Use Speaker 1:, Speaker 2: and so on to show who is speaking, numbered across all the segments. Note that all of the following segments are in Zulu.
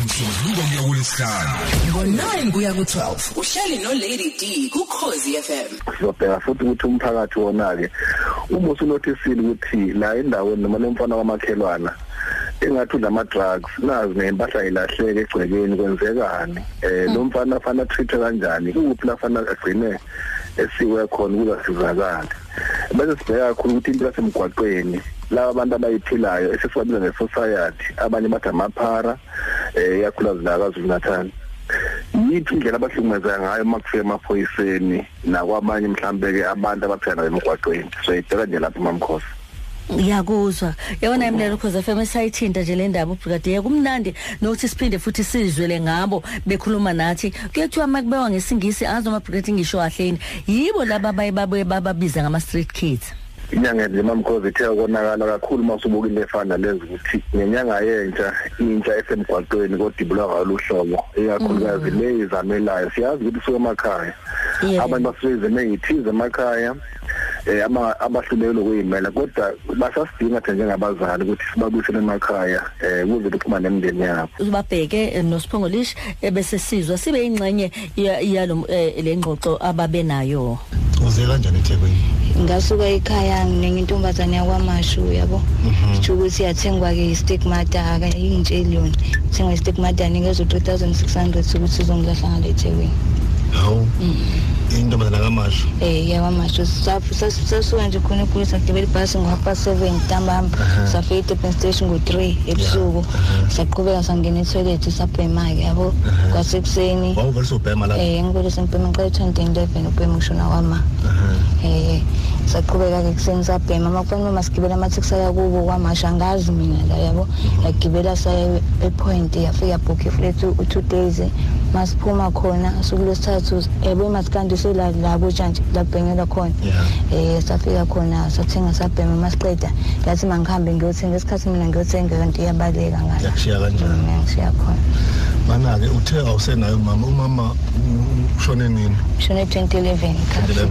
Speaker 1: umvuzo kuya kulesihlanu
Speaker 2: ngo-9 kuya ku-12
Speaker 3: uhleli nolady d kukhozi fm
Speaker 4: sizobheka futhi ukuthi umphakathi wona-ke uma usunothisile ukuthi la endaweni noma lomfana kwamakhelwana engathi unama-drugs nazi nempahla ilahleke egcekeni kwenzekani um lo mfana afana atrithwe kanjani kukuphi lafana agcine esiwe khona ukuze asizakale bese sibheka kakhulu ukuthi impilo yasemgwaqweni laba bantu abayiphilayo esesibabiza nge-society abanye bathi amaphara um ikakhulukazi la kwazulu natal yiphi indlela abahlukumezeka ngayo uma kufika emaphoyiseni nakwabanye mhlawumbe-ke abantu abaphila nayo emgwaqweni soyidela nje lapho mamkhosi
Speaker 5: ngiyakuzwa yabona mlelo khoza fm esayithinta nje le ndaba ubrigadier kumnandi nokuthi siphinde futhi sizwele ngabo bekhuluma nathi kuyethiwa uma kubewa ngesingisi azi noma brigadier ngisho ahleni yibo laba abaye babuye bababiza ngama-street kids
Speaker 4: inyanga nje mamkhosi ithe konakala kakhulu uma usubukile efana lezi ukuthi ngenyanga yentsha intsha esemgwaqweni kodibulwa ngalo hlobo ikakhulukazi le izamelayo siyazi ukuthi suke emakhaya
Speaker 5: Yebo.
Speaker 4: abantu basuke izime ey'thize emakhaya um abahlulekile kuyimela kodwa basasidinga thina njengabazali ukuthi sibabuyisele emakhaya um kuze bephuma nemindeni yabo
Speaker 5: ubabheke eh, nosiphongolish eh, bese sizwa sibe yingxenye ya- yalo eh, le ngxoxo ababenayo
Speaker 1: uze kanjani eThekwini
Speaker 6: ngasuka ekhaya nginengintombazane yakwamashu yabo kusho ukuthi yathengwa-ke i-stigmata akayingitsheli yona thengwa i-stigmata nikezwa u-two thousand six hundred sokuthi uzongilahla ngale ethekwini
Speaker 1: hawu intombazana kamasho
Speaker 6: um yakwamashu Saf- sas- sasuka nje khona egoli sagibela ibhasi ngo-half past seven ntambama safika e-durban station ngo-three ebusuku saqhubeka sangena ethoyilethi sabhema-ke yabo kwasekuseni
Speaker 1: wawuvele sobhema lapho
Speaker 6: um ngibele sempema ngiqala i-twenty eleven ubhema kushona kwama eh saqhubeka-ke kuseni sabhema amakufanele uma sigibela amatheksi aya kubo kwamasha angazi mina la yabo yagibela saya epoint yafika yabhukha iflet u-two days masiphuma khona suku lesithathu yabo imasikandi sela la kutshantshi labhengelwa khona
Speaker 1: Yeah.
Speaker 6: um safika khona sathenga sabhema masiqeda lathi mangihambe ngiyothenga esikhathi mina ngiyothenga yonto iyabaleka ngala
Speaker 1: yakushiya kanjani
Speaker 6: ngiyangishiya khona
Speaker 1: mana-ke uthe awusenayo mama umama u- u- ushone nini
Speaker 6: shone twenty eleven
Speaker 1: 2011.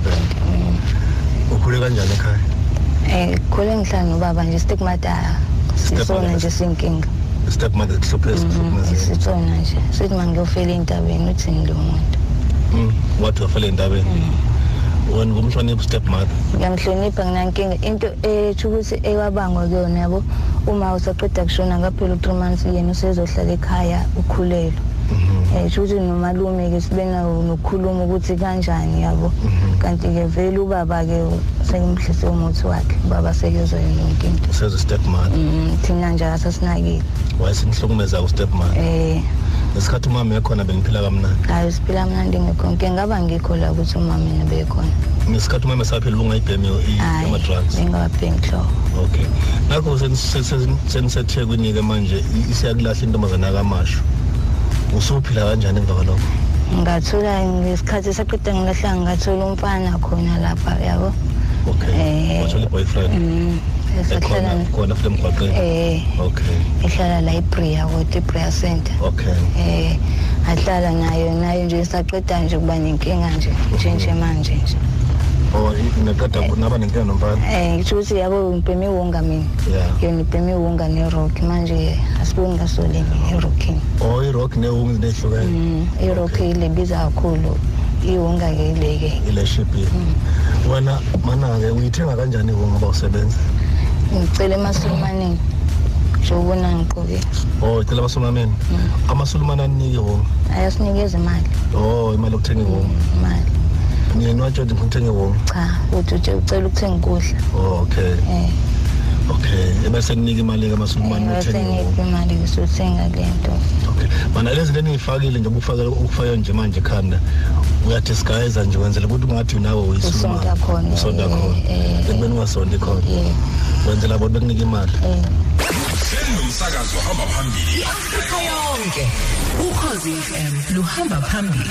Speaker 1: ukhule kanjani ekhaya
Speaker 6: um khule ngihlala nobaba nje istigmata sisona nje Mhm, siyinkinga
Speaker 1: step mother hluphezi
Speaker 6: Hmm.
Speaker 1: hlukumezeke
Speaker 6: sitsona nje sithi mangiyofela entabeni uthini lo muntu
Speaker 1: Hmm. wathi wafela entabeni wena ngumshoniphi step mother
Speaker 6: ngiyamhlonipha nginankinga into esho ukuthi ewabangwa kuyona yabo uma usaqeda kushona ngaphela u-three months yena usezohlala ekhaya ukhulelwe
Speaker 1: Mhm.
Speaker 6: um sho ukuthi nomalume-ke sibe nawo nokukhuluma ukuthi kanjani yabo kanti-ke vele ubaba-ke sekimhlise umuthi wakhe ubaba sekezoyena yonke into
Speaker 1: useze step mother
Speaker 6: Mm, thina nje asasinakile
Speaker 1: wayesenihlukumezaka ustep mother
Speaker 6: um
Speaker 1: ngesikhathi umama ekhona bengiphila kamnandi
Speaker 6: hayi siphila mnandi ngekho nke ngaba ngikho la ukuthi umama mina bekhona
Speaker 1: ngesikhathi umama esaphila ubungayibhemi E, ama-drugs
Speaker 6: bengabheki hlobo
Speaker 1: okay nakho senisethekwini-ke manje i- isiyakulahla intombazana kamasho usuphila kanjani emva kwalokho
Speaker 6: ngathola ngesikhathi saqeda ngilahla ngathola umfana khona lapha yabo
Speaker 1: okay
Speaker 6: Eh,
Speaker 1: wathola i-boyfriend
Speaker 6: Mm,
Speaker 1: ekhona
Speaker 6: sahlala
Speaker 1: khona futhi emgwaqeni
Speaker 6: eh
Speaker 1: okay
Speaker 6: ehlala la ibria kodwa ibria center
Speaker 1: okay
Speaker 6: eh ahlala nayo nayo nje saqeda nje kuba nenkinga nje njenje manje nje
Speaker 1: o naqeda Oh,
Speaker 6: Eh.
Speaker 1: naba nenkinga nomfana
Speaker 6: um ngisho ukuthi yabo ngibheme iwonga mina
Speaker 1: ya
Speaker 6: yona ibheme iwonga nerock manje asiboni ngasole mina erockini
Speaker 1: o Oh, i-rock ne-wings neyihlukene
Speaker 6: Mm, irock ile biza kakhulu iwonga-ke ile-ke
Speaker 1: ileshipile
Speaker 6: Mm.
Speaker 1: wena mana-ke uyithenga kanjani ku ngoba usebenza
Speaker 6: ngicela emasulmanini jobona ngiqoke
Speaker 1: o icela abasulumameni Oh,
Speaker 6: Mm.
Speaker 1: amasulumane anike wona
Speaker 6: ayasinikeza imali
Speaker 1: o imali yokuthenga iwonga
Speaker 6: imali Mm.
Speaker 1: nina watshodi ngifuna uthenga iwonga
Speaker 6: cha uthi uje ucela ukuthenga ukudla
Speaker 1: Oh, okay
Speaker 6: um
Speaker 1: okay ebese kunika imali-ke amasulumane uthenga iwonga
Speaker 6: baseniphi eh, imali kusuthenga le nto
Speaker 1: Okay. Mana lezi zinto eniyifakile nje ukufakela ukufayo nje manje khanda uyadisguise nje wenzela ukuthi ungathi nawe uyisuluma.
Speaker 6: Usonta khona,
Speaker 1: Usonta
Speaker 6: eh,
Speaker 1: khona.
Speaker 6: eh, eh.
Speaker 1: Ekubeni ungasondi khona.
Speaker 6: Yebo.
Speaker 1: Wenzela abantu bekunika imali.
Speaker 6: um
Speaker 1: Sendu umsakazo hamba phambili.
Speaker 2: ekhaya yonke ukhozi fm luhamba phambili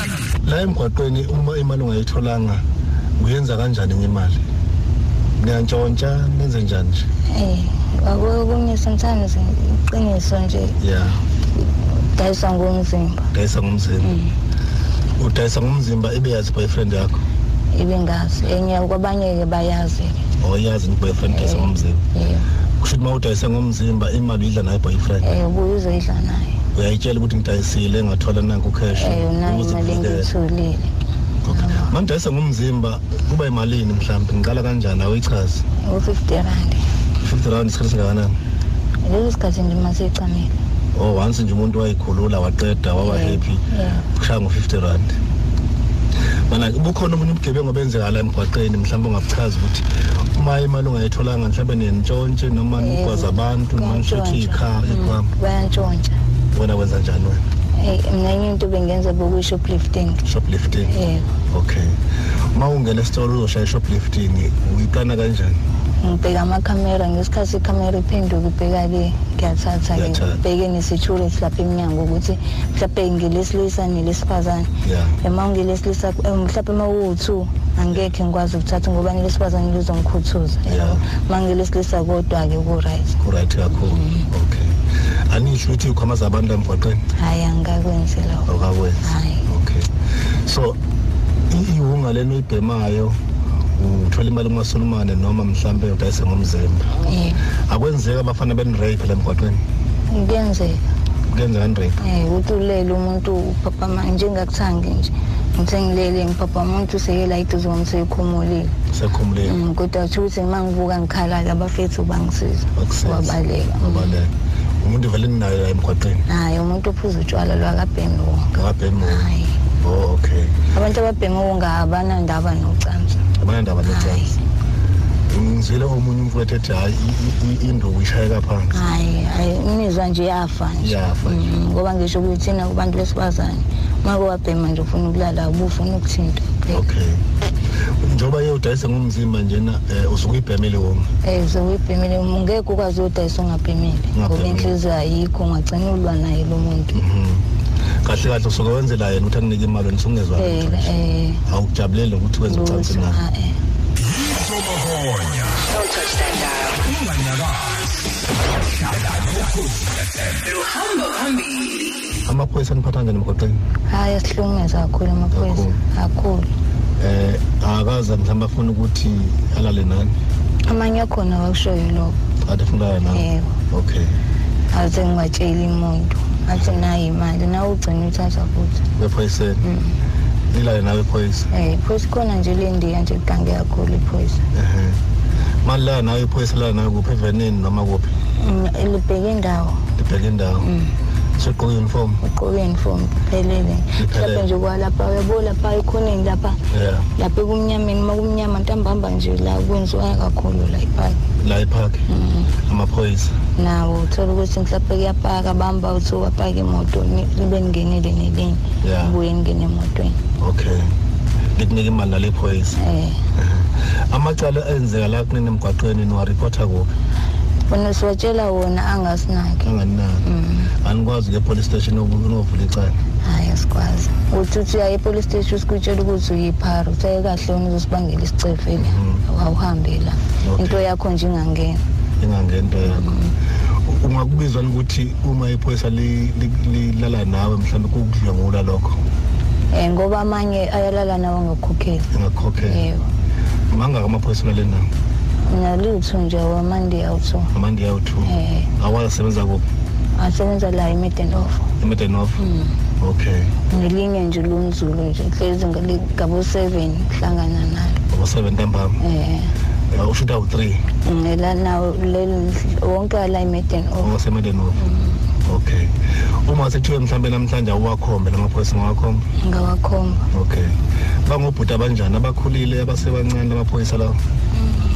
Speaker 1: La emgwaqweni uma imali ungayitholanga uyenza kanjani enye imali? Niyantshontsha nenze njani nje?
Speaker 6: um akukunye sometimes iqiniso nje
Speaker 1: Yeah.
Speaker 6: dayiswa ngomzimba
Speaker 1: Dayisa ngomzimba.
Speaker 6: Mm.
Speaker 1: Udayisa ngomzimba ibe yazi boyfriend yakho.
Speaker 6: ibe ngazi enye kwabanye-ke bayazi-ke
Speaker 1: Oyazi ni boyfriend dayisa
Speaker 6: Eh.
Speaker 1: ngomzimba.
Speaker 6: yebo eh,
Speaker 1: Kushuthi uma udayisa ngomzimba imali uyidla nayo boyfriend.
Speaker 6: um ubuye uzoyidla nayo
Speaker 1: uyayitshela ukuthi ngidayisile ngathola nanku cash
Speaker 6: eyona
Speaker 1: ukuze
Speaker 6: Eh, imali
Speaker 1: ngibhekele.
Speaker 6: engiyitholile
Speaker 1: Okay. mandayisa ngumzimba kuba imalini mhlawumbe ngiqala kanjani awuyichazi
Speaker 6: u-fifty rand
Speaker 1: 50 rand isikhathi singakanani
Speaker 6: leso sikhathi ndimaseyicamile
Speaker 1: or Oh, once nje umuntu wayikhulula waqeda waba
Speaker 6: Yeah,
Speaker 1: happy
Speaker 6: yeah.
Speaker 1: kushaya ngo-50 rand mana bukhona omunye ubugebengu obenzekala emgwaqeni mhlawumbe ungabuchazi ukuthi uma imali ungayitholanga mhlawumbe nentshontshe noma
Speaker 6: Yebo,
Speaker 1: nikwaza abantu noma nishuthe
Speaker 6: kuyantshontsha.
Speaker 1: ikha- ikhwama
Speaker 6: bayantshontsha
Speaker 1: wena wenza njani wena
Speaker 6: Eh, mna enye into eh, bengenza bokuyi-shoplifting
Speaker 1: shoplifting
Speaker 6: Yebo.
Speaker 1: okay uma ungena esitolo uzoshaya i-shoplifting uyiplana kanjani
Speaker 6: ngibheka amakhamera ngesikhathi ikhamera iphenduka ibheka le ngiyathatha-ke
Speaker 1: Uyathatha.
Speaker 6: ngibheke ne-security lapha emnyango ukuthi mhlawumbe ngelesilisa nelesifazane
Speaker 1: ya
Speaker 6: ema ungelesilisa eh, mhlawumbe uma uwu-two angekhe ngikwazi ukuthatha ngoba nelesifazane lizongikhuthuza
Speaker 1: Yeah.
Speaker 6: ma ngelesilisa kodwa-ke ku-right
Speaker 1: kuright kakhulu okay anisho ukuthi ukhwama zabantu emgwaqeni
Speaker 6: hhayi angikakwenzi lokho
Speaker 1: awukakwenzi
Speaker 6: Hhayi.
Speaker 1: okay so i- iwunga lena oyibhemayo uthola imali kumasulumane noma mhlampe udayise ngomzimba
Speaker 6: Yebo.
Speaker 1: akwenzeka abafana benirape la emgwaqeni
Speaker 6: kuyenzeka
Speaker 1: kuyenzeka nirape
Speaker 6: um ukuthi ulele umuntu uphaphama njengakuthangi nje ngithe ngilele ngiphaphama umuntu usekela eduze ngomseyikhumulile
Speaker 1: sekhumuleni
Speaker 6: Mm, kodwa kusho ukuthi uma ngivuka ngikhala-ke abafethu bangisiza wabaleka
Speaker 1: wabaleka umuntu vele ninayo la emgwaqeni
Speaker 6: hayi umuntu ophuza utshwala lwakabhemi wonke
Speaker 1: ngabhemu
Speaker 6: hayi
Speaker 1: oh okay
Speaker 6: abantu ababhemi wonke abanandaba nocansi
Speaker 1: abanandaba
Speaker 6: hayi
Speaker 1: necansi ngizwele omunye umfowethu ethi hayi i- i- i- induku ishayeka phansi
Speaker 6: hayi hayi imizwa nje iyafa nje
Speaker 1: Iyafa nje.
Speaker 6: Mm, ngoba ngisho ukuthi thina kubantu besifazane uma kowabhema nje ufuna ukulala ubufuna ukuthinta kuphela.
Speaker 1: okay njengoba ye udayise ngomzimba njena um usuke uyibhemele wonke
Speaker 6: Eh, sewuyibhemile ngeke ukwazi udayisa ungabhemile ngoba
Speaker 1: Ungabhemile.
Speaker 6: inhliziyo ayikho ungagcina ulwa naye lo muntu
Speaker 1: kahle kahle usuke wenzela yena ukuthi akunike imali wena usungezwa
Speaker 6: Eh, eh,
Speaker 1: awukujabuleli ukuthi wenze ucansi
Speaker 6: lutho,
Speaker 1: naye
Speaker 6: ah, eh.
Speaker 3: Don't touch that dial. Luhamba phambili.
Speaker 1: amaphoyisa aniphatha njani emgwaqeni
Speaker 6: hayi asihlukumeza kakhulu amaphoyisa kakhulu
Speaker 1: um akaza mhlawumbe afuna ukuthi alale nani
Speaker 6: amanye akhona awakushoyo lokho
Speaker 1: athi afuna ulala nani
Speaker 6: Yebo.
Speaker 1: okay
Speaker 6: aze ngibatsheli muntu athi nayo imali nawe ugcina uthatha futhi
Speaker 1: bephoyiseni
Speaker 6: Mm.
Speaker 1: nilale nawe ephoyisa
Speaker 6: um phoyisa khona nje le ndiya nje ligange kakhulu iphoyisa
Speaker 1: ehe malala nawe iphoyisa lala nawe kuphi evenini noma kuphi
Speaker 6: Mm, libheke indawo
Speaker 1: libheke indawo
Speaker 6: Mm.
Speaker 1: sugqoke uniform
Speaker 6: ugqoke inifomu phelele mhlawumbe nje kwalapha uyabo lapha ekhoneni lapha
Speaker 1: ya
Speaker 6: lapha ekumnyameni uma kumnyama ntambamba nje la kwenziwa kakhulu la iphaki
Speaker 1: la ephakhe amaphoyisa
Speaker 6: nawo uthola ukuthi mhlawumbe kuyapaka bamba uthi wapaka imoto ni- libe ningenile nelinye
Speaker 1: Yeah.
Speaker 6: ubuye ningene emotweni
Speaker 1: okay likunika imali nale phoyisa
Speaker 6: um
Speaker 1: amacala enzeka la kunini emgwaqweni niwareporta kuphi
Speaker 6: wena siwatshela wona angasinaki
Speaker 1: anganinani anikwazi kuya epolice station ubu- uyovula icala
Speaker 6: hhayi asikwazi uthi uthi uyaye epolice station usikutshela ukuthi uyiphara uthaye kahle wona uzosibangela isicefele awuhambe la
Speaker 1: Mm-hmm. Okay.
Speaker 6: into yakho nje ingangena
Speaker 1: ingangento yakho ungakubizwa ukuthi uma iphoyisa li- li- lilala nawe mhlawumbe kukudlwengula lokho
Speaker 6: um ngoba amanye ayalala nawo ngakukhokheli
Speaker 1: engakukhokhela
Speaker 6: yebo
Speaker 1: mangaka amaphoyisa ulale nawo
Speaker 6: nalithu nje wamandi awutho
Speaker 1: amandi yawu-two
Speaker 6: Eh.
Speaker 1: awasebenza kuphi
Speaker 6: asebenza la emedenof
Speaker 1: emedenof okay
Speaker 6: ngelinye nje lomzulu nje hlezi ngale- ngabo-seven kuhlangana nalo
Speaker 1: ngo-seven ntambama
Speaker 6: um
Speaker 1: Eh, ushuthi awu-three
Speaker 6: ngelanawo wonke ala emedenof
Speaker 1: owasemedenof Oh, okay uma sethiwe mhlawumbe namhlanje awuwakhombe lamaphoyisa ngawakhombe
Speaker 6: ngawakhomba
Speaker 1: okay bangobhuti abanjani abakhulile abasebancane amaphoyisa lawo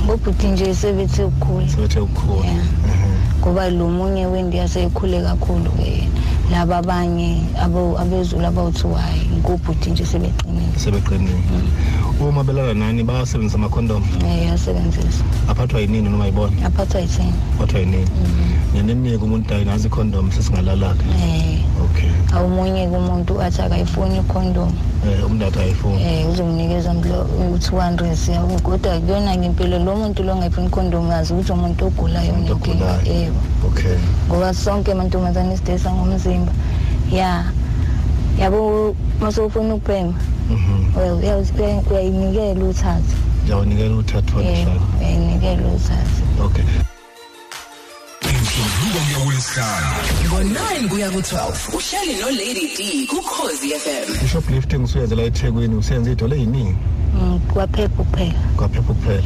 Speaker 6: ngobhuti nje sebethe ukukhula
Speaker 1: sebethe ukukhula
Speaker 6: Yeah.
Speaker 1: Mhm.
Speaker 6: ngoba lo munye wendiya seyikhule kakhulu-ke yena laba abanye abo- abezulu abawuthiwa hhayi ngobhuti nje sebeqinile
Speaker 1: sebeqinile uma belala nani bayasebenzisa amakhondom
Speaker 6: Eh, eyasebenzisa
Speaker 1: aphathwa yinini noma yibona
Speaker 6: aphathwa yitheni
Speaker 1: aphathwa yinini ngenemnike umuntu ayi nazi ikhondom sesingalalaka
Speaker 6: um
Speaker 1: okay
Speaker 6: awumunye-ke umuntu athi akayifuni ikhondomu
Speaker 1: um umntu athi ayifuni
Speaker 6: um uzonginikeza u-two hundred kodwa kuyona-ke impilo lo muntu lo ngayifuni ikhondomu kazi ukuthi umuntu ogulayo
Speaker 1: Umuntu
Speaker 6: nenkinga
Speaker 1: ogulayo.
Speaker 6: yebo
Speaker 1: okay
Speaker 6: ngoba sonke amantombazane isidesa ngomzimba ya yabo masewufuna ukubhema
Speaker 1: Mhm.
Speaker 6: well, uya- uyayinikela uthathe Eh,
Speaker 1: ndiyawunikela uthathwa
Speaker 6: yebo uyayinikela uthathe
Speaker 1: okay
Speaker 7: Inhliziyo yakho
Speaker 2: ngo-9
Speaker 7: ngesihlanu
Speaker 2: kuya ku-12
Speaker 3: uhleli nolady d kukhozi fm
Speaker 1: i-shoplifting usuyenzela ethekwini usenze idola eyiningi
Speaker 6: Mm, kwaphepha kuphela
Speaker 1: kwaphepha kuphela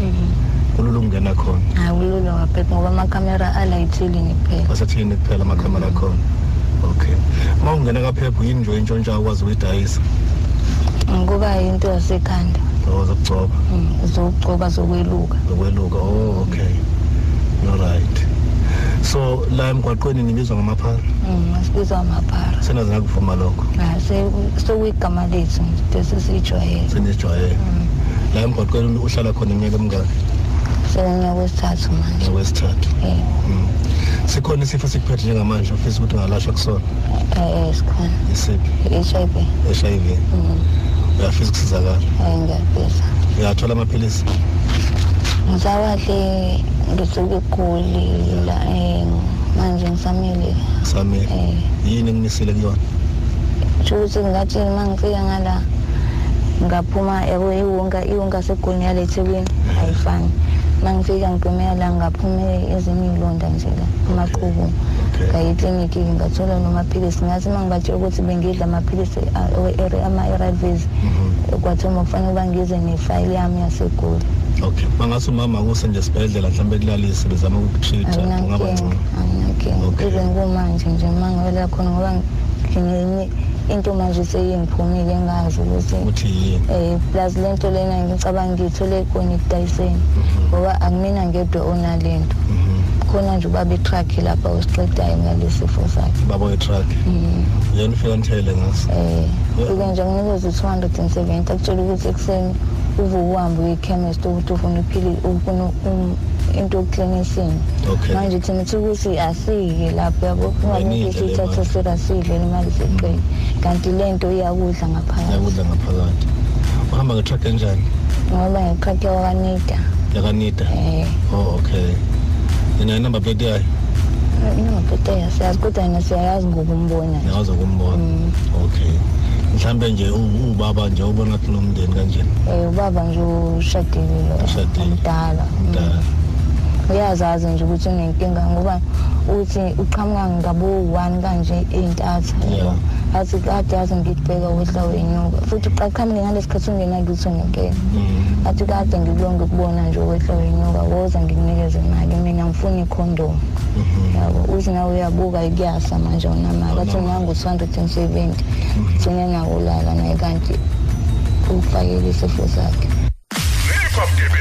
Speaker 1: kulula ukungena khona
Speaker 6: awululo kwaphepha ngoba amakamera alayithelini kuphela
Speaker 1: asathini kuphela amakhamera akhona okay ma ungena kaphepha yini nje intshontsha ukwazi ukuyidayisa
Speaker 6: Mm, kuba yinto yasekhanda
Speaker 1: or zokugcoba
Speaker 6: Mm, zokugcoba zokweluka
Speaker 1: zokweluka oh okay alright so la emgwaqweni nibizwa ngamaphala
Speaker 6: Mm, asibizwa amaphara
Speaker 1: senazi nakuvuma lokho
Speaker 6: Ah, se- sekuyigama lethu nje desesiyijwayele
Speaker 1: senijwayele la emgwaqweni uhlala khona iminyaka emingaki
Speaker 6: sekunyaka wesithathu manje
Speaker 1: ngokwesithathu
Speaker 6: Eh,
Speaker 1: Mm. sikhona isifo sikuphethe njengamanje ofisa ukuthi ungalashwa kusona
Speaker 6: eh, eh, sikhona
Speaker 1: isiphi
Speaker 6: i-hiv
Speaker 1: h i v uyafisa ukusizakala
Speaker 6: eh, ngiyafisa
Speaker 1: uyathola amaphilisi
Speaker 6: ngisawadle ngisuke egoli la eh, manje ngisamile
Speaker 1: samile
Speaker 6: um
Speaker 1: yini ekumisile kuyona
Speaker 6: kusho ukuthi ngingatsheli uma ngifika ngala ngaphuma yabo iwonga iwonga segoli yalethekwini ayifani uma ngifika ngigqumeka la ngaphume ezinye iy'londa nje la amaqhubu
Speaker 1: Okay.
Speaker 6: ngaye eklinikiki ngathola nomaphilisi ngathi uma ngibajela ukuthi bengidla amaphilisi a- we- ama-erivis kwathiwa uma kufanele ukuba ngize nefayili yami yasegoli
Speaker 1: okay bangase umama kuse nje esibhedlela mhlawumbe kulalise bezama ukukutreat-a, kungaba
Speaker 6: anginankinga
Speaker 1: ngcono
Speaker 6: anginankinga
Speaker 1: Okay.
Speaker 6: even kumanje nje uma ngiwelela khona ngoba ngingenye into manje seyiphumile engazi ukuthi
Speaker 1: ukuthi yini
Speaker 6: um plus le nto lena ngicabanga ngiyithole khona ekudayiseni
Speaker 1: Mhm.
Speaker 6: ngoba akumina ngedwa onale nto khona nje ubaba itrakhi lapha osicedayo ngalesifo sakhe
Speaker 1: baba we-truck yena ufika nithele ngaso
Speaker 6: um fike nje nginikeza u-two hundred and seventy akutshela ukuthi ekuseni uve uhambe uyekhemesti ukuthi ufuna iphili- ufuna um- into yokuklinisini
Speaker 1: okay
Speaker 6: manje thina uthi ukuthi asiyike lapho yabo
Speaker 1: Wenidla
Speaker 6: kungabe
Speaker 1: le
Speaker 6: siyithathe
Speaker 1: mali.
Speaker 6: sira siyidle le mali siqele kanti le nto iyakudla ngaphakathi
Speaker 1: yakudla ngaphakathi uhamba nge-truck enjani
Speaker 6: ngoba ngiqhaqhe wakanida
Speaker 1: yakanida
Speaker 6: um
Speaker 1: oh okay yena inumber plate yayo
Speaker 6: inobheteya siyazi kodwa yena siyayazi ngokumbona nje
Speaker 1: ngiyawazi ukumbona okay mhlambe nje u- ubaba nje ubona kunomndeni kanjena
Speaker 6: um ubaba nje ushadile
Speaker 1: Ushadile.
Speaker 6: umdala mm.
Speaker 1: mdala
Speaker 6: uyazazi nje ukuthi unenkinga ngoba uthi uqhamuka ngabo-one kanje ey'ntathu
Speaker 1: Yeah.
Speaker 6: athi kade azi ngikubheka wehla wenyuka futhi uqaqhamuke ngalesi khathi ungenakitho ngenkena
Speaker 1: Mm.
Speaker 6: athi kade ngilonge kubona nje wehla wenyuka woza ngikunikeze imali mina ngifuna ikhondomu yabo uthi nawe uyabuka ikuyasa manje unamali athi
Speaker 1: Awunamali.
Speaker 6: nangu-two hundred and seventy thine nawo ulala naye kanti ukufakele isifo sakhe
Speaker 7: ncipha bugebengu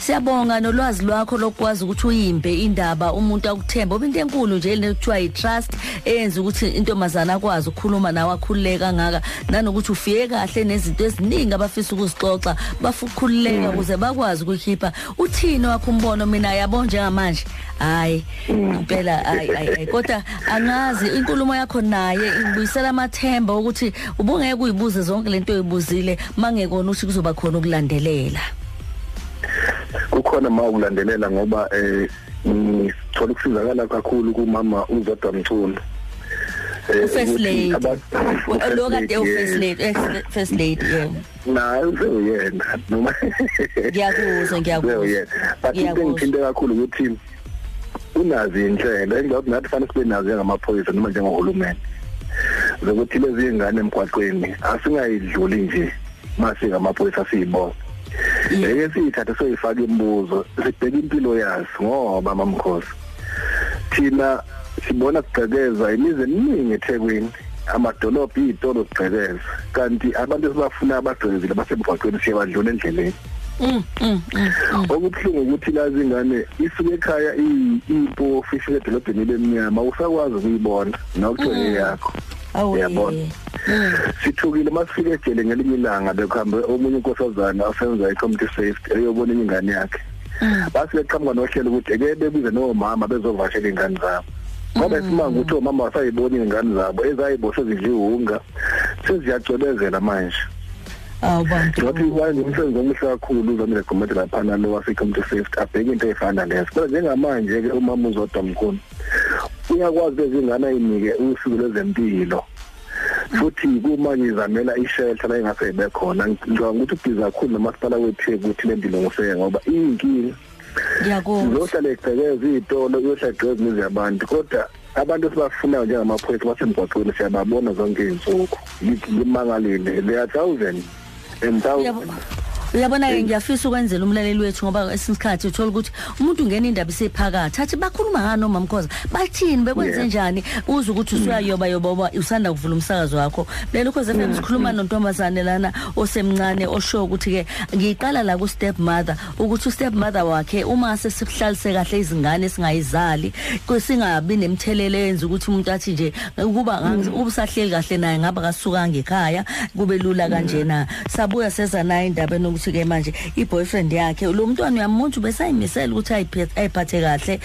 Speaker 5: siyabonga nolwazi lwakho lokwazi ukuthi uyimbe indaba umuntu akuthemba obinto enkulu nje lekuthiwa yi-trust eyenza ukuthi intombazana akwazi ukukhuluma nawe akhululeke kangaka nanokuthi ufike kahle nezinto eziningi abafisa ukuzixoxa bafa ukukhululeka ukuze bakwazi ukuyikhipha uthini wakho umbono mina yabo njengamanje hhayi impela hayi hayi hayi kodwa angazi inkulumo yakho naye ingibuyisela amathemba ukuthi ubungeke uyibuze zonke lento oyibuzile mangekona ukuthi kuzoba khona ukulandelela
Speaker 4: kukhona ma ukulandelela ngoba eh ngithola ukusizakala kakhulu kumama uzodwa mculo Eh,
Speaker 5: U-first
Speaker 4: ukuthi
Speaker 5: lady.
Speaker 4: aba- u-first
Speaker 5: lo kade
Speaker 4: lady,
Speaker 5: u-first
Speaker 4: yes.
Speaker 5: lady eh, first lady yebo
Speaker 4: naye useyena noma
Speaker 5: Ngiyakuzwa, ngiyakuzwa.
Speaker 4: Useyena. but into
Speaker 5: Ngiyakuzwa.
Speaker 4: engithinte kakhulu ukuthi unazo iy'nhlelo engizakuthi nathi fanele sibe nazo njengamaphoyisa noma njengohulumeni zokuthi lezi y'ngane emgwaqweni asingayidluli nje masingamaphoyisa siyibona eke siyithathe soyifake imibuzo sibheke impilo yazo ngoba mamkhosi thina sibona kugqekeza imizi eminingi ethekwini amadolobho iy'tolo zigqekeza kanti abantu esibafuna abagqekezile basemgwaqweni siye badlula endleleni
Speaker 5: Mm,
Speaker 4: okubuhlungu ukuthi lazi ingane isuke ekhaya i- iyimpofu isuke edolobheni lemnyama usakwazi ukuyibona nokuthiwa eyakho
Speaker 5: awu
Speaker 4: Ngiyabona. sithukile masifike ejele ngelinye ilanga bekuhambe omunye unkosazana osenza i-community safety eyobona enye ingane yakhe basebeqhamuka nohlelo ukuthi eke bebize nomama bezovashela iy'ngane zabo ngoba isimanga ukuthi omama basayiboni iy'ngane zabo ezayibo sezidliwunga seziyacwebezela manje
Speaker 5: awu Oh, bantu
Speaker 4: ngathi manje umsebenzi omuhle kakhulu uzamile gomede laphana lo wase-community safety abheke into ey'fana lezo kodwa njengamanje-ke umama uzodwa mkhulu uyakwazi bezingane ayinike usuku lwezempilo futhi kumanje izamela ishelter la ingase ibe khona ngicabanga ukuthi ubhizi kakhulu nomasipala wethu ukuthi le mpilo nguseke ngoba iyinkinga
Speaker 5: ngiyakuzwa
Speaker 4: uzohlala egcekeza iy'tolo uyohlala egcekeza imizi yabantu kodwa abantu esibafunayo njengamaphoyisa basemgwaqweni siyababona zonke iy'nsuku limangalile they are thousand and thousand
Speaker 5: Uyabo- uyabona-ke ngiyafisa ukwenzela umlaleli wethu ngoba esinye isikhathi uthole ukuthi umuntu ungena indaba isephakathi athi bakhuluma ngani omamkhoza bathini bekwenze
Speaker 4: Yeah.
Speaker 5: njani uze ukuthi usuyayobayoba uba usanda kuvula umsakazo wakho lelukhoze fm sikhuluma nontombazane lana osemncane osho ukuthi-ke ngiyiqala la ku-step mother ukuthi u-step mother wakhe uma sesihlalise kahle izingane esingayizali ku- singabi nemthelelo eyenza ukuthi umuntu athi nje ukuba ngangi- ubusahleli kahle naye ngaba kasukanga ekhaya kube lula kanjena sabuya seza naye endabeni ukuthi-ke manje i-boyfriend yakhe lo mntwana uyamuntu besayimisele ukuthi ayiphe- ayiphathe kahle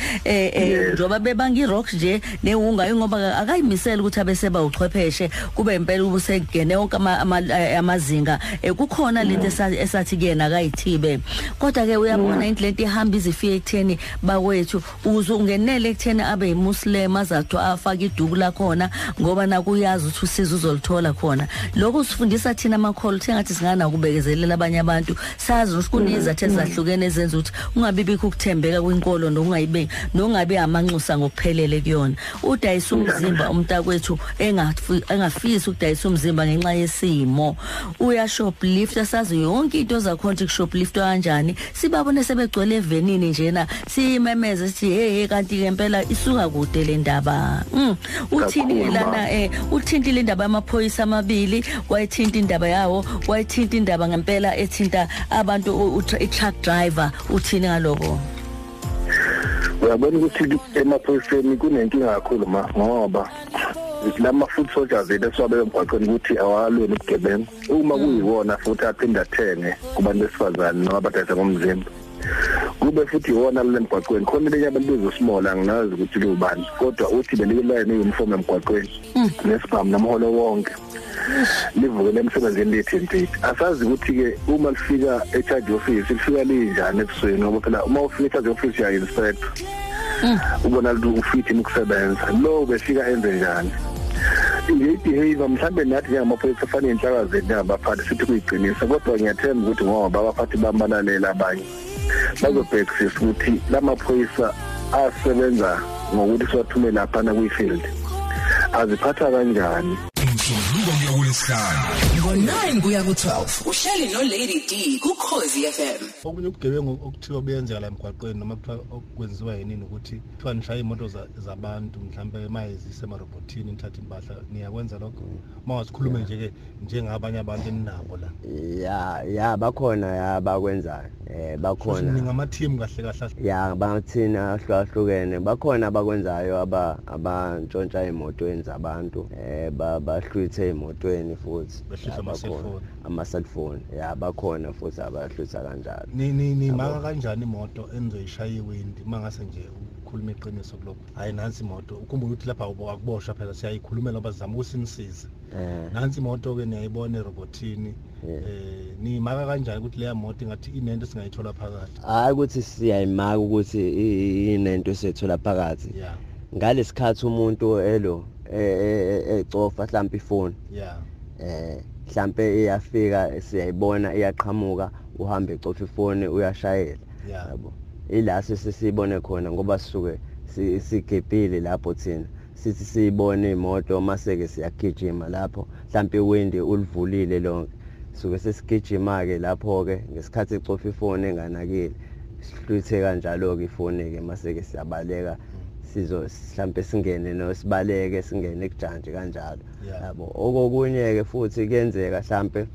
Speaker 5: um njengoba bebangi-rock nje nehunga ingoba akayimisele ukuthi abeseba uchwepheshe kube impela ubusengene wonke ama- ama- eh, amazinga um kukhona lento esa- esathi kuyena kayithibe kodwa-ke uyabona into lento ihamba izifika ekutheni bakwethu uze ungenele ekutheni abe yimuslim azathiwa afake iduku lakhona ngoba nakuyazi ukuthi usizo uzolithola khona lokhu sifundisa thina amakholo thengathi singanakubekezelela abanye abantu sazi ukuthi kunezathu ezahlukene ezenza ukuthi ungabibikho ukuthembeka kwinkolo nokungayibe nokungabi amanxusa ngokuphelele kuyona udayisa umzimba umntakwethu engafi- engafisi ukudayisa umzimba ngenxa yesimo uyashoplifta sazi yonke into zakhona ukuthi kushopliftwa kanjani sibabone sebegcwele evenini njena siyimemeze sithi heye kanti-ke mpela isuka kude le ndaba mm. uthini-ke
Speaker 4: Kakhulu,
Speaker 5: lana
Speaker 4: ma.
Speaker 5: eh uthintile indaba yamaphoyisa amabili wayithinta indaba yawo wayithinta indaba ngempela ethinta abantu u- u- tra- i-truck driver uthini ngaloko
Speaker 4: uyabona ukuthi emaphoyiseni kunenkinga kakhulu ma ngoba lama-food soldiers yethu esiwabeyo emgwaqweni ukuthi awalweni ubugebengu uma kuyiwona futhi aphinde athenge kubantu besifazane noma abadayisa ngomzimba kube futhi iwona lale mgwaqweni khona lenye abantu bezosimola anginazi ukuthi liwubani kodwa uthi belike layini i-uniform emgwaqweni nesibhamu nomholo wonke livukele emsebenzini lithintile asazi ukuthi-ke uma lifika e-charge office lifika linjani ebusweni ngoba phela uma ufika e-charge office uya-inspector ubona ukuthi ufithi ukusebenza lo befika enze njani nje i-behavior mhlawumbe nathi njengamaphoyisa fanele inhlaka zethu njengabaphathi sithi kuyiqinisa kodwa ngiyathemba ukuthi ngoba abaphathi bami balalela abanye bazobhekisisa ukuthi la maphoyisa asebenza ngokuthi siwathume laphana kwi-field aziphatha kanjani
Speaker 2: umsombuluko kuya kulesihlanu
Speaker 3: ngo9 kuya ku12 uhleli no Lady D kuKhosi FM
Speaker 1: okunye ubugebengu okuthiwa buyenzeka la emgwaqweni noma kuthiwa okwenziwa yenini ukuthi kuthiwa nishaye imoto za- zabantu mhlawumbe mayezisemarobhothini nithathe impahla niyakwenza lokho uma wasikhulume nje-ke njengabanye abantu eninabo la
Speaker 7: ya ya bakhona ya bakwenzayo eh
Speaker 1: Kusho
Speaker 7: bakhona
Speaker 1: ningamathimu kahle kahle
Speaker 7: ya bathina ahlukahlukene bakhona abakwenzayo aba abantshontsha emotweni zabantu eh ba- bahlwithe emotweni futhi
Speaker 1: Behlwitha
Speaker 7: Ya,
Speaker 1: ama-cellphone.
Speaker 7: bakhona. ama-cellphone ya bakhona futhi abahlwitha kanjalo
Speaker 1: Ni- ni- nimaka kanjani imoto enizoyishaye iwindi uma ngase nje ukhuluma iqiniso kulokho hhayi nansi imoto ukhumbula ukuthi lapha akubo- akuboshwa phela siyayikhulumela ngoba sizama ukusinisize
Speaker 7: eh
Speaker 1: nansi imoto-ke niyayibona erobhothini um niyimaka kanjani ukuthi leya moto ingathi inento singayithola phakathi
Speaker 7: hayi ukuthi siyayimaka ukuthi i- i- inento esethola phakathi
Speaker 1: ya
Speaker 7: ngalesikhathi umuntu elo e- e- e- ecofa mhlawumbe ifoni
Speaker 1: ya
Speaker 7: eh mhlambe iyafika siyayibona iyaqhamuka uhambe ecofa ifoni uyashayela
Speaker 1: ya
Speaker 7: yabo ilase sesibone khona ngoba sisuke si- sigebhile lapho thina sithi siyibone imoto maseke siyagijima lapho mhlambe iwindi ulivulile lonke suke sesigijima ke lapho ke ngesikhathi ecofa ifoni enganakile sihluthe kanjalo ke ifoni ke maseke siyabaleka sizo mhlambe singene no sibaleke singene ekujanje kanjalo
Speaker 1: ya
Speaker 7: yabo okokunye ke futhi kuyenzeka mhlambe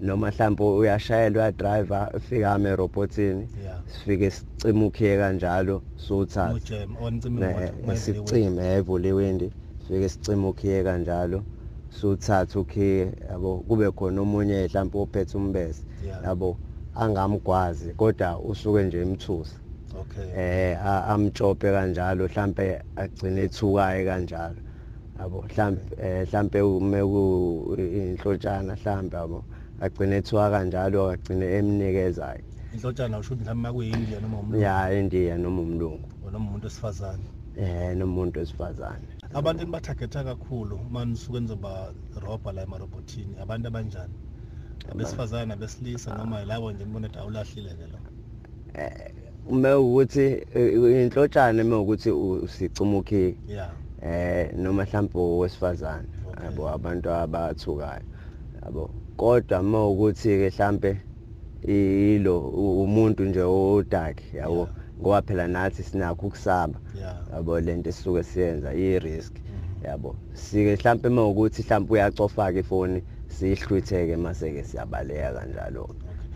Speaker 7: noma mhlambe uyashayela uyadriver ufika ame robothini
Speaker 1: ya
Speaker 7: sifike sicimukhe kanjalo sothatha
Speaker 1: ujem onicima
Speaker 7: Ah, Ne-
Speaker 1: imoto mayivulekwe.
Speaker 7: sicime evule wind sifike sicimukhe kanjalo sothatha ukhe yabo kube khona omunye mhlambe ophethe umbese
Speaker 1: ya
Speaker 7: yabo angamgwazi kodwa usuke nje emthusa
Speaker 1: okay
Speaker 7: eh a- amtshope kanjalo mhlambe agcine ethukaye kanjalo yabo mhlambe eh, mhlambe ume ku inhlotshana mhlambe yabo agcine ethuka kanjalo agcine emnikezayo
Speaker 1: inhlotshana usho ukuthi mhlawumbe makuyindiya noma umlungu
Speaker 7: ya indiya noma umlungu
Speaker 1: noma umuntu wesifazane
Speaker 7: eh nomuntu wesifazane
Speaker 1: abantu enibatagetha kakhulu uma nisuke nizoba robha la emarobhothini abantu abanjani
Speaker 7: Ah.
Speaker 1: abesifazane nabesilisa noma yilabo nje nibona ukuthi awulahlile-ke lo
Speaker 7: uma ukuthi eh, inhlotshana uma ukuthi usicumuke
Speaker 1: yeah
Speaker 7: eh noma mhlawumbe owesifazane
Speaker 1: Okay.
Speaker 7: yabo abantu abathukayo yabo kodwa uma ukuthi ke mhlawumbe ilo u- umuntu nje odakhe yabo ngoba phela nathi sinakho ukusaba
Speaker 1: yeah
Speaker 7: yabo lento esuke siyenza i-risk yabo sike mhlawumbe uma ukuthi mhlawumbe uyacofa ke ifoni siyihlwitheke mase ke siyabaleka kanjalo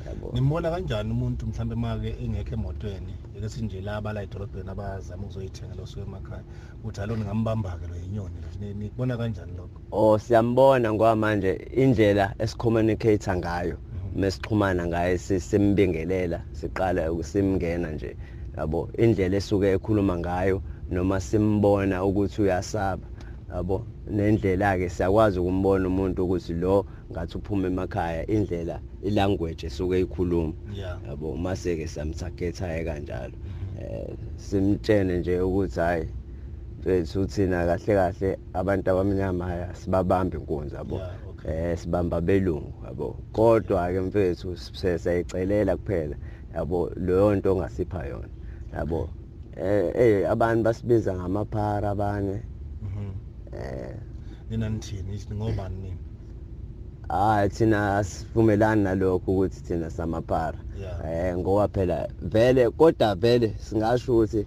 Speaker 7: yabo
Speaker 1: nimbona kanjani umuntu mhlawumbe make engekho emotweni eke sinje laba la edolobheni abazama ukuzoyithengela osuke emakhaya ukuthi alo ningambamba-ke lo yinyoni lo. Ni- nikubona kanjani lokho
Speaker 7: oh siyambona ngoba manje indlela esicommunicate ngayo mesixhumana ngaye si- simbingelela siqala ukusimngena nje yabo indlela esuke ekhuluma ngayo noma simbona ukuthi uyasaba yabo nendlela ke siyakwazi ukumbona umuntu ukuthi lo ngathi uphuma emakhaya indlela ilanguage esuke ikhuluma
Speaker 1: yeah
Speaker 7: yabo mase ke siyamthagetha ke kanjalo eh simtshene nje ukuthi hayi bethu thina kahle kahle abantu abamnyama hhayi, asibabambi inkunzi yabo
Speaker 1: Yeah, okay.
Speaker 7: eh sibamba belungu yabo kodwa ke mfethu siyayicelela kuphela yabo leyo nto ongasipha yona yabo eh eh abantu basibiza ngamaphara abanye
Speaker 1: Mhm.
Speaker 7: eh
Speaker 1: nina nithini ningobani nini
Speaker 7: hayi thina asivumelani nalokho ukuthi thina samaphara
Speaker 1: Yeah.
Speaker 7: eh ngoba phela vele kodwa vele singasho ukuthi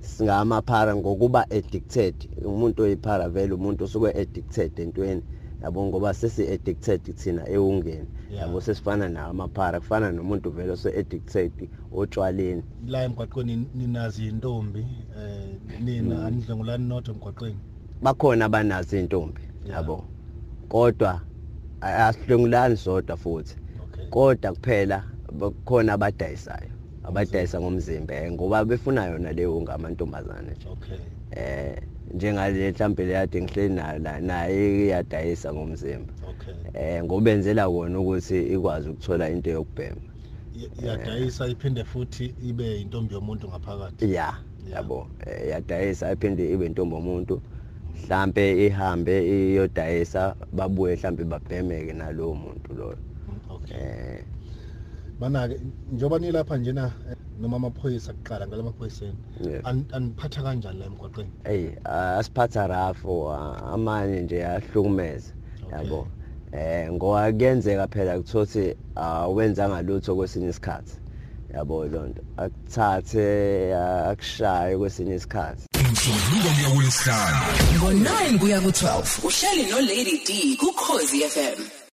Speaker 7: singamaphara ngokuba addicted umuntu oyiphara vele umuntu osuke addicted entweni yabo ngoba sesi addicted thina ewungeni
Speaker 1: Yeah.
Speaker 7: yabo sesifana nawo amaphara kufana nomuntu vele ose addicted otshwaleni
Speaker 1: la emgwaqweni ninazi yintombi um nina anidlengulani nodwa emgwaqweni
Speaker 7: bakhona abanazo intombi
Speaker 1: Yeah.
Speaker 7: yabo kodwa a- asihlungulani sodwa futhi
Speaker 1: okay
Speaker 7: kodwa kuphela ba- kukhona abadayisayo abadayisa ngomzimba eh, ngoba befuna yona leyo ngamantombazane nje
Speaker 1: okay
Speaker 7: eh njengale mhlambe leyade ngihleli nayo la naye iyadayisa ngomzimba
Speaker 1: okay
Speaker 7: eh ngobenzela wona ukuthi ikwazi ukuthola into yokubhema
Speaker 1: I- iyadayisa iphinde futhi ibe yintombi yomuntu ngaphakathi
Speaker 7: ya yabo eh, iyadayisa iphinde ibe intombi umuntu mhlambe ihambe iyodayisa babuye mhlambe babhemeke nalowo muntu loyo
Speaker 1: Mm, okay
Speaker 7: eh
Speaker 1: bana-ke njengoba nilapha njena eh, noma amaphoyisa kuqala ngala maphoyiseni
Speaker 7: Yeah.
Speaker 1: An- aniphatha kanjani la emgwaqweni
Speaker 7: hey asiphatha rafu a- amanye nje ahlukumeza
Speaker 1: Okay.
Speaker 7: yabo eh ngoba kuyenzeka phela ukuthi awenza ngalutho kwesinye isikhathi yabo lonto akuthathe a- akushaye kwesinye isikhathi
Speaker 2: umsombuluko kuyawulisana
Speaker 3: ngo-9 kuya ku-12 uhleli nolady d kukhozi fm